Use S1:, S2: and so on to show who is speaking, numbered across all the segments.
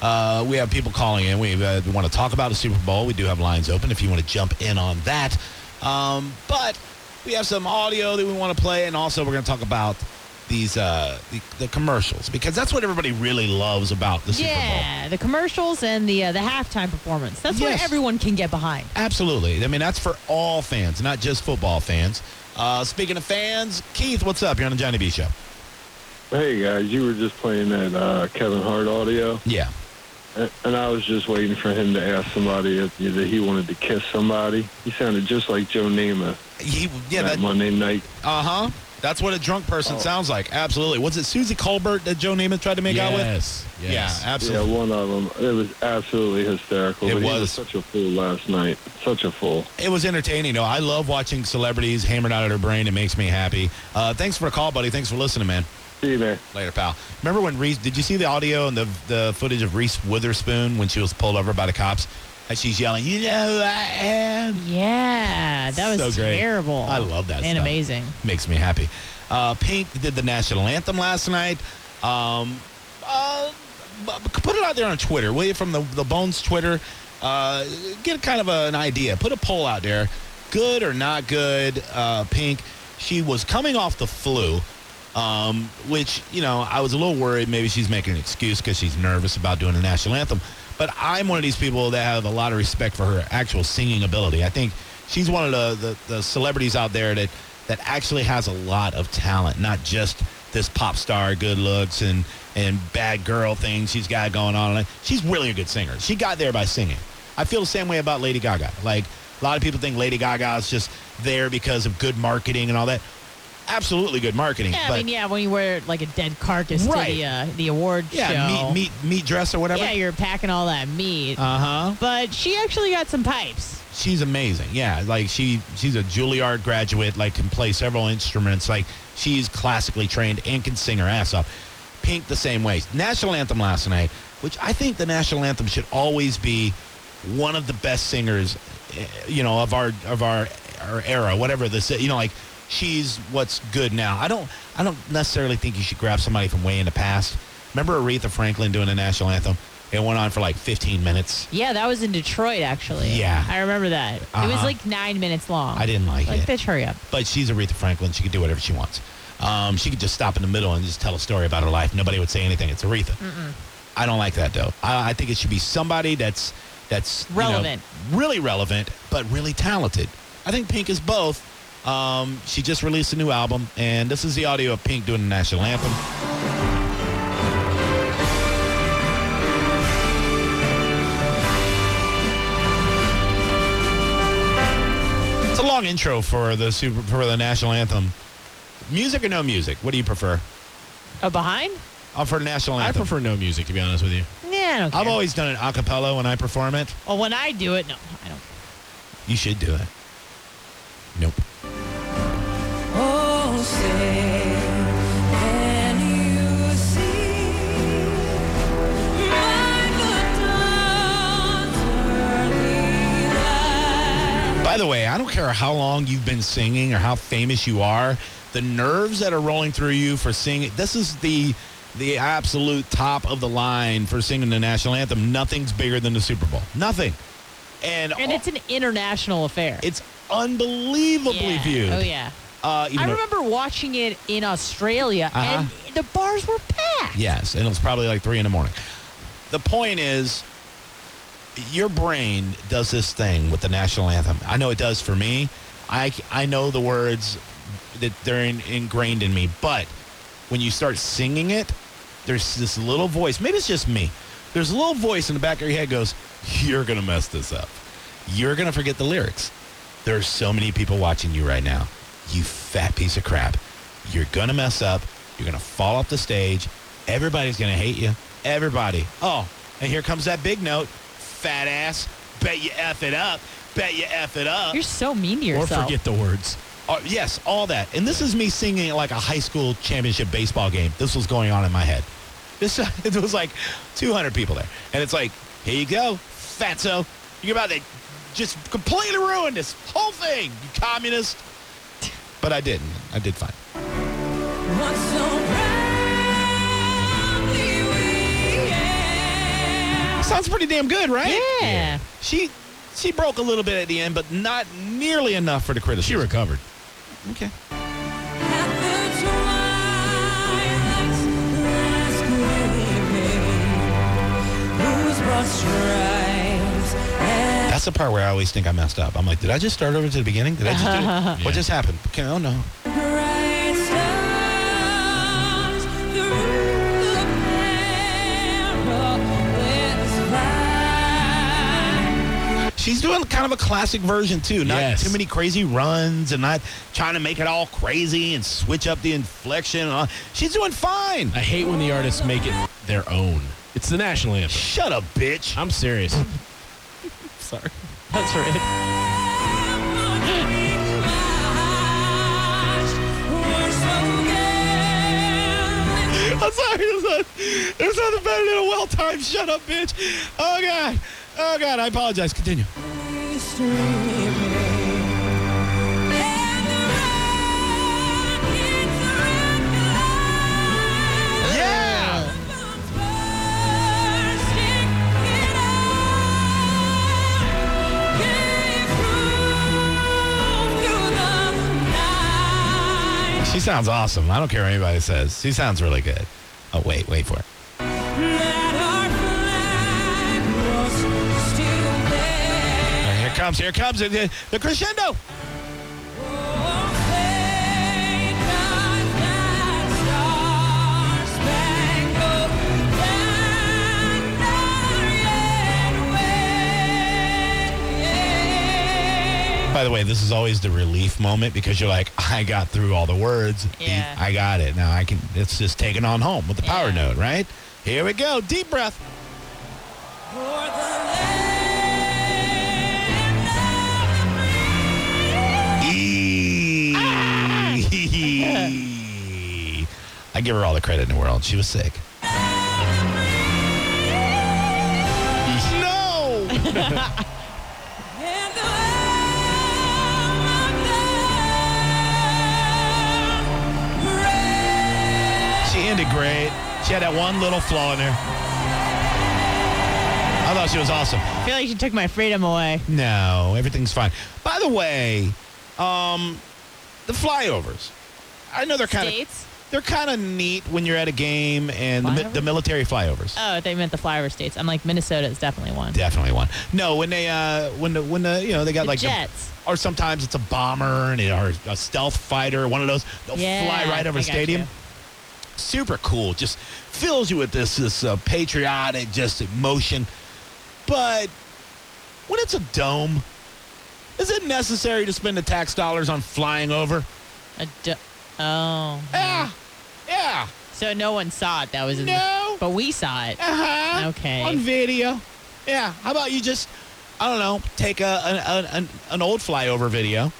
S1: Uh, we have people calling in. We uh, want to talk about the Super Bowl. We do have lines open if you want to jump in on that. Um, but we have some audio that we want to play, and also we're going to talk about these uh, the, the, commercials because that's what everybody really loves about the Super Bowl.
S2: Yeah, the commercials and the the halftime performance. That's yes. what everyone can get behind.
S1: Absolutely. I mean, that's for all fans, not just football fans. Uh, speaking of fans, Keith, what's up? You're on the Johnny B Show.
S3: Hey guys, you were just playing that uh, Kevin Hart audio.
S1: Yeah.
S3: And I was just waiting for him to ask somebody if, that he wanted to kiss somebody. He sounded just like Joe Namath.
S1: He, yeah,
S3: that, that Monday night.
S1: Uh huh. That's what a drunk person oh. sounds like. Absolutely. Was it Susie Colbert that Joe Namath tried to make
S3: yes.
S1: out with?
S3: Yes.
S1: Yeah, absolutely.
S3: Yeah, one of them. It was absolutely hysterical. It was. was. such a fool last night. Such a fool.
S1: It was entertaining, though. I love watching celebrities hammered out of their brain. It makes me happy. Uh, thanks for the call, buddy. Thanks for listening, man.
S3: See you, man.
S1: Later, pal. Remember when Reese? Did you see the audio and the the footage of Reese Witherspoon when she was pulled over by the cops? And she's yelling, "You know who I am."
S2: Yeah, that was so terrible.
S1: I love that.
S2: And
S1: stuff.
S2: amazing.
S1: Makes me happy. Uh, Pink did the national anthem last night. Um, uh, put it out there on Twitter, will you? From the the Bones Twitter, uh, get kind of a, an idea. Put a poll out there. Good or not good? uh, Pink. She was coming off the flu. Um, which you know I was a little worried. Maybe she's making an excuse because she's nervous about doing the national anthem. But I'm one of these people that have a lot of respect for her actual singing ability. I think she's one of the, the, the celebrities out there that that actually has a lot of talent, not just this pop star good looks and and bad girl thing she's got going on. She's really a good singer. She got there by singing. I feel the same way about Lady Gaga. Like a lot of people think Lady Gaga is just there because of good marketing and all that absolutely good marketing.
S2: Yeah,
S1: but,
S2: I mean, yeah, when you wear like a dead carcass right. to the, uh, the award
S1: yeah, meat,
S2: show.
S1: meat, meat dress or whatever.
S2: Yeah, you're packing all that meat.
S1: Uh huh.
S2: But she actually got some pipes.
S1: She's amazing. Yeah, like she she's a Juilliard graduate. Like can play several instruments. Like she's classically trained and can sing her ass off. Pink the same way. National anthem last night, which I think the national anthem should always be one of the best singers, eh, you know, of our of our our era, whatever this, you know, like she's what's good now. I don't I don't necessarily think you should grab somebody from way in the past. Remember Aretha Franklin doing the national anthem? It went on for like 15 minutes.
S2: Yeah, that was in Detroit actually.
S1: Yeah,
S2: I remember that. Uh-huh. It was like nine minutes long.
S1: I didn't like,
S2: like
S1: it.
S2: Bitch, hurry up.
S1: But she's Aretha Franklin. She could do whatever she wants. Um, she could just stop in the middle and just tell a story about her life. Nobody would say anything. It's Aretha.
S2: Mm-mm.
S1: I don't like that though. I, I, think it should be somebody that's that's
S2: relevant,
S1: you know, really relevant, but really talented. I think Pink is both. Um, she just released a new album, and this is the audio of Pink doing the national anthem. It's a long intro for the super for the national anthem. Music or no music? What do you prefer?
S2: Uh, behind?
S1: Oh, for the national anthem.
S4: I prefer no music, to be honest with you.
S2: Yeah,
S1: I've always done it a cappella when I perform it.
S2: Well, when I do it, no, I don't.
S1: You should do it. Nope.
S5: Oh, say,
S1: By the way, I don't care how long you've been singing or how famous you are, the nerves that are rolling through you for singing, this is the the absolute top of the line for singing the national anthem. Nothing's bigger than the Super Bowl. Nothing. And,
S2: and it's an international affair.
S1: It's unbelievably
S2: yeah.
S1: viewed.
S2: Oh yeah. Uh, I remember watching it in Australia, uh-huh. and the bars were packed.
S1: Yes, and it was probably like three in the morning. The point is, your brain does this thing with the national anthem. I know it does for me. I I know the words that they're in, ingrained in me, but when you start singing it, there's this little voice. Maybe it's just me. There's a little voice in the back of your head goes, "You're gonna mess this up. You're gonna forget the lyrics." There's so many people watching you right now. You fat piece of crap. You're going to mess up. You're going to fall off the stage. Everybody's going to hate you. Everybody. Oh, And here comes that big note. Fat ass. Bet you F it up. Bet you F it up.
S2: You're so mean to
S1: or
S2: yourself.
S1: forget the words. Uh, yes, all that. And this is me singing it like a high school championship baseball game. This was going on in my head. This it was like 200 people there, and it's like, here you go, fatso. You're about to just completely ruin this whole thing, you communist. But I didn't. I did fine.
S4: What's so proudly we hailed.
S1: Sounds pretty damn good, right?
S2: Yeah. Yeah.
S1: She she broke a little bit at the end, but not nearly enough for the criticism. She recovered. Okay.
S4: At the twilight's last gleaming, whose broad stripes and
S1: That's the part where I always think I messed up. I'm like, did I just start over to the beginning? Did I just do it? What just happened? Okay, oh no.
S4: bright stars through the perilous fight.
S1: She's doing kind of a classic version too. Not
S5: Yes.
S1: too many crazy runs and not trying to make it all crazy and switch up the inflection. and all. She's doing fine.
S5: I hate when the artists make it their own. It's the national anthem.
S1: Shut up, bitch.
S5: I'm serious.
S1: sorry.
S2: That's right.
S1: I'm sorry. There's, not, there's nothing better than a well-timed shut up, bitch. Oh god. Oh god. I apologize. Continue. Yeah. She sounds awesome. I don't care what anybody says. She sounds really good. Oh wait, wait for it. All right, here it comes. Here it comes. The, the crescendo. By the way, this is always the relief moment because you're like, I got through all the words.
S2: Yeah.
S1: I got it. Now I can. It's just taken on home with the power
S2: Yeah.
S1: note, right? Here we go. Deep breath. Eee. I give her all the credit in the world. She was sick. No. She ended great. She had that one little flaw in there. I thought she was awesome.
S2: I feel like she took my freedom away.
S1: No, everything's fine. By the way, um, the flyovers. I know they're kind of
S2: States?
S1: they're kind of neat when you're at a game and the, mi-
S2: Flyover?
S1: the military flyovers.
S2: Oh, they meant the flyover states. I'm like, Minnesota is definitely one.
S1: Definitely one. No, when they uh when the when the you know they got
S2: The
S1: like the-
S2: jets.
S1: or sometimes it's a bomber and it, or a stealth fighter, one of those. They'll
S2: Yeah,
S1: fly right over
S2: I
S1: the
S2: got
S1: stadium.
S2: you.
S1: Super cool. Just fills you with this this uh, patriotic just emotion. But when it's a dome, is it necessary to spend the tax dollars on flying over?
S2: A d-
S1: Ah!
S2: oh.
S1: Yeah. Yeah.
S2: So no one saw it. That was in
S1: No.
S2: the, but we saw it.
S1: Uh-huh.
S2: Okay.
S1: On video. Yeah. How about you just, I don't know, take a an, an, an- an old flyover video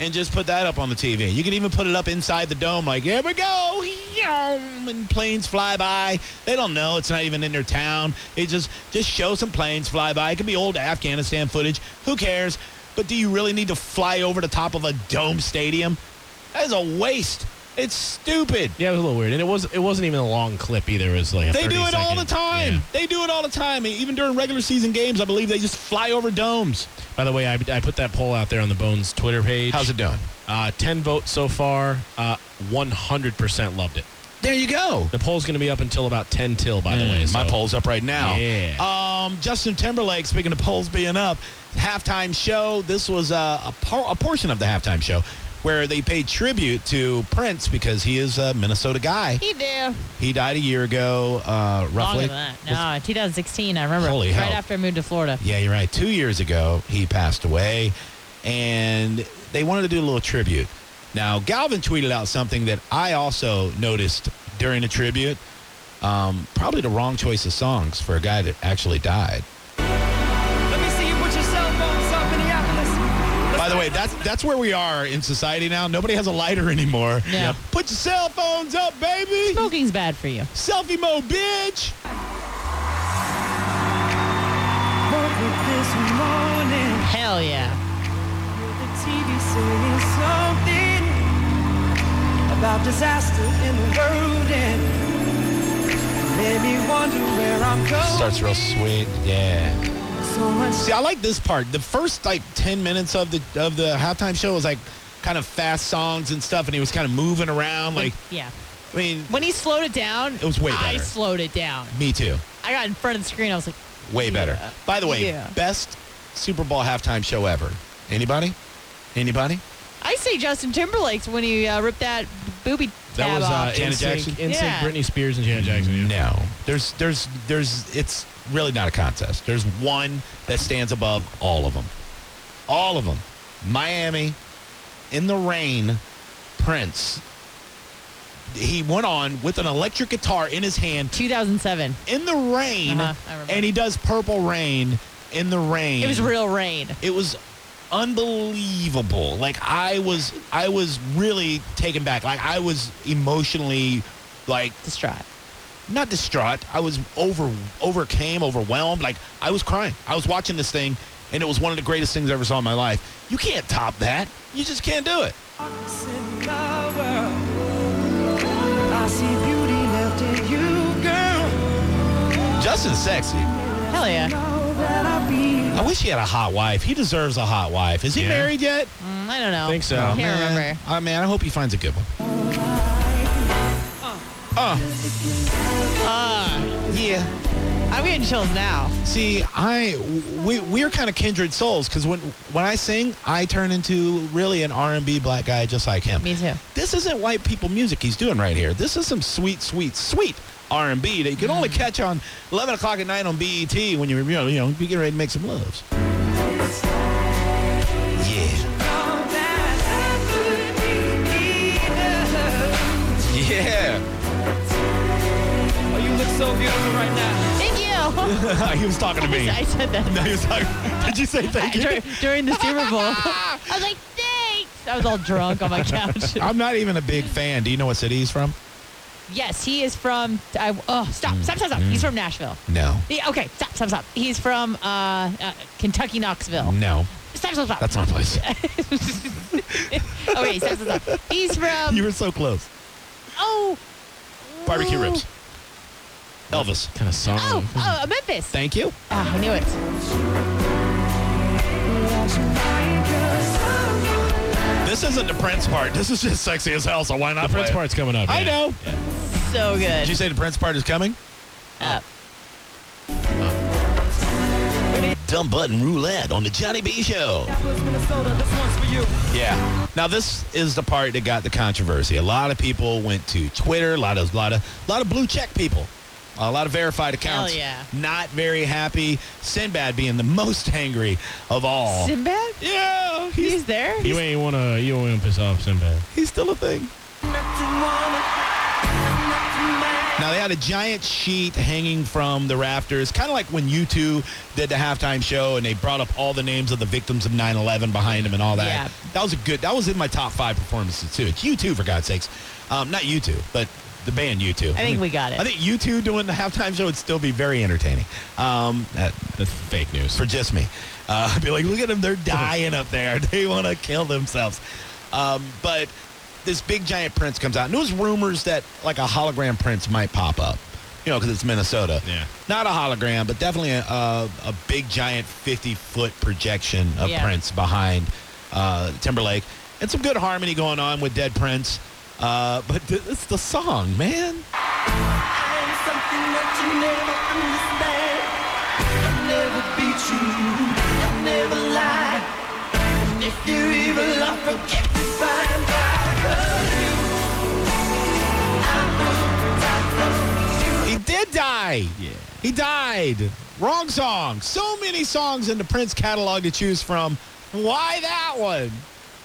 S1: and just put that up on the TV. You can even put it up inside the dome, like, here we go. Yum, and planes fly by. They don't know. It's not even in their town. It just just show some planes fly by. It could be old Afghanistan footage. Who cares? But do you really need to fly over the top of a dome stadium? That is a waste. It's stupid.
S5: Yeah, it was a little weird, and it was it wasn't even a long clip either. It was like a
S1: They do
S5: 30
S1: it all the
S5: second-
S1: time.
S5: Yeah.
S1: They do it all the time. Even during regular season games, I believe they just fly over domes.
S5: By the way, I, I put that poll out there on the Bones Twitter page.
S1: How's it doing?
S5: Uh, Ten votes so far. Uh, One hundred percent loved it.
S1: There you go.
S5: The poll's going to be up until about ten till. By the way,
S1: Mm, my
S5: so-
S1: poll's up right now.
S5: Yeah.
S1: Um, Justin Timberlake, speaking of polls being up, halftime show. This was uh, a, par- a portion of the halftime show where they paid tribute to Prince because he is a Minnesota guy.
S2: He do.
S1: He died a year ago, uh,
S2: Longer
S1: roughly.
S2: than that. No, 2016. I remember.
S1: Holy
S2: right
S1: hell.
S2: after I moved to Florida.
S1: Yeah, you're right. Two years ago, he passed away, and they wanted to do a little tribute. Now, Galvin tweeted out something that I also noticed during the tribute. Um, probably the wrong choice of songs for a guy that actually died.
S6: Let me see you put your cell phones up, Minneapolis.
S1: By the way, that's that's where we are in society now. Nobody has a lighter anymore.
S2: Yeah. Yep.
S1: Put your cell phones up, baby.
S2: Smoking's bad for you.
S1: Selfie mode, bitch.
S6: Woke up this morning,
S2: Hell yeah.
S6: the TV saying something about disaster in the world and made me wonder where I'm going.
S1: Starts real sweet. Yeah.
S6: So much
S1: See, I like this part. The first like ten minutes of the of the halftime show was like kind of fast songs and stuff, and he was kind of moving around. Like,
S2: yeah.
S1: I mean,
S2: When he slowed it down,
S1: It was way
S2: I
S1: better.
S2: slowed it down.
S1: me too.
S2: I got in front of the screen. I was like,
S1: Way better.
S2: Yeah.
S1: By the way,
S2: Yeah.
S1: best Super Bowl halftime show ever. Anybody? Anybody?
S2: I say Justin Timberlake's when he uh, ripped that booby
S5: That
S2: tab
S5: was
S2: off.
S5: uh,
S1: Janet
S5: NSYNC,
S1: Jackson?
S5: NSYNC,
S2: Yeah.
S5: Britney Spears, and Janet Jackson. Yeah.
S1: No. There's there's there's it's really not a contest. There's one that stands above all of them. All of them. Miami in the rain Prince. He went on with an electric guitar in his hand
S2: 2007.
S1: in the rain
S2: Uh-huh, I remember.
S1: and he does purple rain in the rain.
S2: It
S5: Mm.
S2: was real rain.
S1: it was unbelievable like i was i was really taken back like i was emotionally like
S2: Distraught.
S1: not distraught i was over overcame overwhelmed like i was crying i was watching this thing and it was one of the greatest things i ever saw in my life you can't top that you just can't do it
S6: darkness in my world. I see beauty left in you, girl.
S1: justin's sexy
S2: Hell yeah. Mm,
S6: Know that I'll be
S1: i wish he had a hot wife he deserves a hot wife is he
S5: Yeah.
S1: married yet
S2: Mm, I don't know.
S5: Think so.
S2: I
S5: Oh,
S2: can't
S1: man.
S2: remember.
S1: oh man i hope he finds a good one
S2: Yeah. I'm getting chills now.
S1: See, I we we're kind of kindred souls because when when I sing, I turn into really an R and B black guy just like him.
S2: Me too.
S1: This isn't white people music he's doing right here. This is some sweet, sweet, sweet R and B that you can only
S2: Mm.
S1: catch on eleven o'clock at night on BET when you're you know you know you get ready to make some loves. Yeah,
S6: all that I could be.
S1: yeah.
S6: Oh, you look so beautiful right now.
S2: Thank you.
S1: he was talking to me.
S2: I said that
S1: No, he was talking. Did you say thank you?
S2: dur- during the Super Bowl. I was like, thanks. I was all drunk on my couch.
S1: I'm not even a big fan. Do you know what city he's from?
S2: yes, he is from. I, oh, stop, stop, stop, stop. He's from Nashville.
S1: No,
S2: Yeah, okay, stop, stop, stop. He's from uh, uh, Kentucky, Knoxville.
S1: no,
S2: Stop, stop, stop.
S1: that's my place.
S2: okay, stop, stop, stop. He's from.
S1: You were so close.
S2: oh.
S1: Barbecue ribs. Elvis.
S5: Kind of song.
S2: Oh, oh, Memphis.
S1: Thank you.
S2: Ah, I knew it.
S1: This isn't the Prince part. This is just sexy as hell, so why not
S5: the Prince
S1: play it?
S5: part's coming up.
S1: I
S5: yeah.
S1: know.
S2: So
S1: Did you
S2: good.
S1: say the Prince part is coming?
S2: Up.
S1: Dumb button roulette on the Johnny B show.
S6: Minnesota, this one's for you.
S1: Yeah. Now this is the part that got the controversy. A lot of people went to Twitter. A lot of lot of lot of blue check people. A lot of verified accounts.
S2: yeah.
S1: Not very happy. Sinbad being the most angry of all.
S2: Sinbad?
S1: yeah.
S2: He's
S1: He's
S2: there?
S5: You ain't wanna. You ain't wanna piss off Sinbad.
S1: he's still a thing.
S6: Nothing wanna, nothing bad.
S1: Now they had a giant sheet hanging from the rafters, kind of like when you two did the halftime show and they brought up all the names of the victims of 9/11 behind them and all that.
S2: Yeah.
S1: That was a good. That was in my top five performances too. It's you two for God's sakes, um, not you two, but the band you two.
S2: I think we got it.
S1: I think you two doing the halftime show would still be very entertaining. Um, that,
S5: That's fake news.
S1: for just me. Uh, I'd be like, look at them, they're dying up there. They want to kill themselves. Um, but this big giant prince comes out, and there was rumors that like a hologram prince might pop up, you know, because it's Minnesota.
S5: Yeah.
S1: Not a hologram, but definitely a, a, a big giant 50 foot projection of
S2: Yeah.
S1: Prince behind uh, Timberlake, and some good harmony going on with Dead Prince. Uh, but th- it's the song, man.
S6: I'm something that you never understand. I never beat you. I never lie. And if you evil, I forget to find out.
S1: He did die. Yeah. He died. Wrong song. So many songs in the Prince catalog to choose from. Why that one?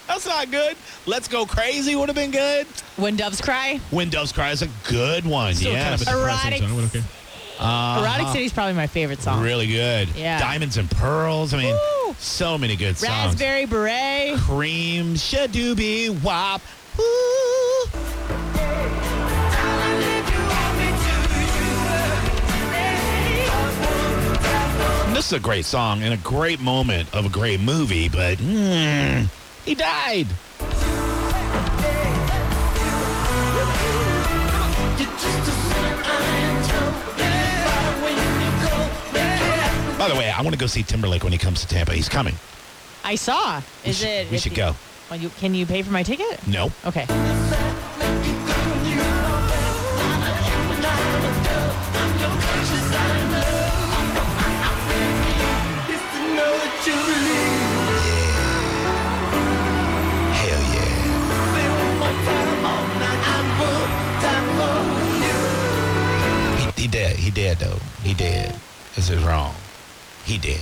S1: That's not good. Let's go crazy would have been good.
S2: When doves cry,
S1: When Doves Cry is a good one.
S5: Still
S1: yeah. Uh-huh.
S5: kind of a depressing
S2: Erotic.
S5: song, but okay.
S2: "Erotic City" is probably my favorite song.
S1: Really good.
S2: Yeah.
S1: Diamonds and Pearls. I mean,
S2: Woo!
S1: so many good songs.
S2: Raspberry Beret.
S1: Cream, Shadoobie, Wop. Ooh. This is a great song and a great moment of a great movie, but mm, he died. By the way, I want to go see Timberlake when he comes to Tampa. He's coming.
S2: I saw. Is
S1: should-
S2: it?
S1: we
S2: if
S1: should
S2: you-
S1: go.
S2: Well, you, can you pay for my ticket?
S1: No.
S2: Okay.
S1: Hell yeah. He, he did. He did, though. He did. This is wrong. He did.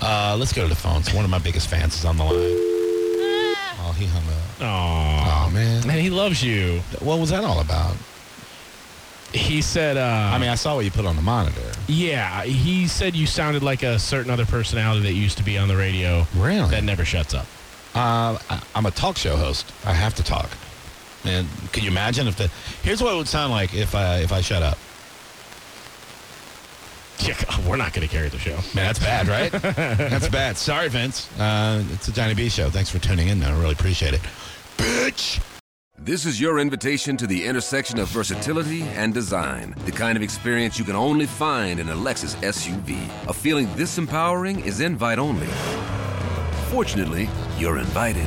S1: Uh, let's go to the phones. One of my biggest fans is on the line. Oh, he hung up.
S5: Aw.
S1: Oh, man.
S5: Man, he loves you.
S1: What was that all about?
S5: He said, uh,
S1: I mean, I saw what you put on the monitor.
S5: yeah, he said you sounded like a certain other personality that used to be on the radio
S1: Really?
S5: that never shuts up.
S1: Uh, I, I'm a talk show host. I have to talk. And could you imagine if the? Here's what it would sound like if I if I shut up.
S5: Yeah, God, we're not going to carry the show.
S1: Man, that's bad, right? that's bad. Sorry, Vince. Uh, it's the Johnny B Show. Thanks for tuning in. I really appreciate it. Bitch.
S7: This is your invitation to the intersection of versatility and design. The kind of experience you can only find in a Lexus SUV. A feeling this empowering is invite only. Fortunately, you're invited.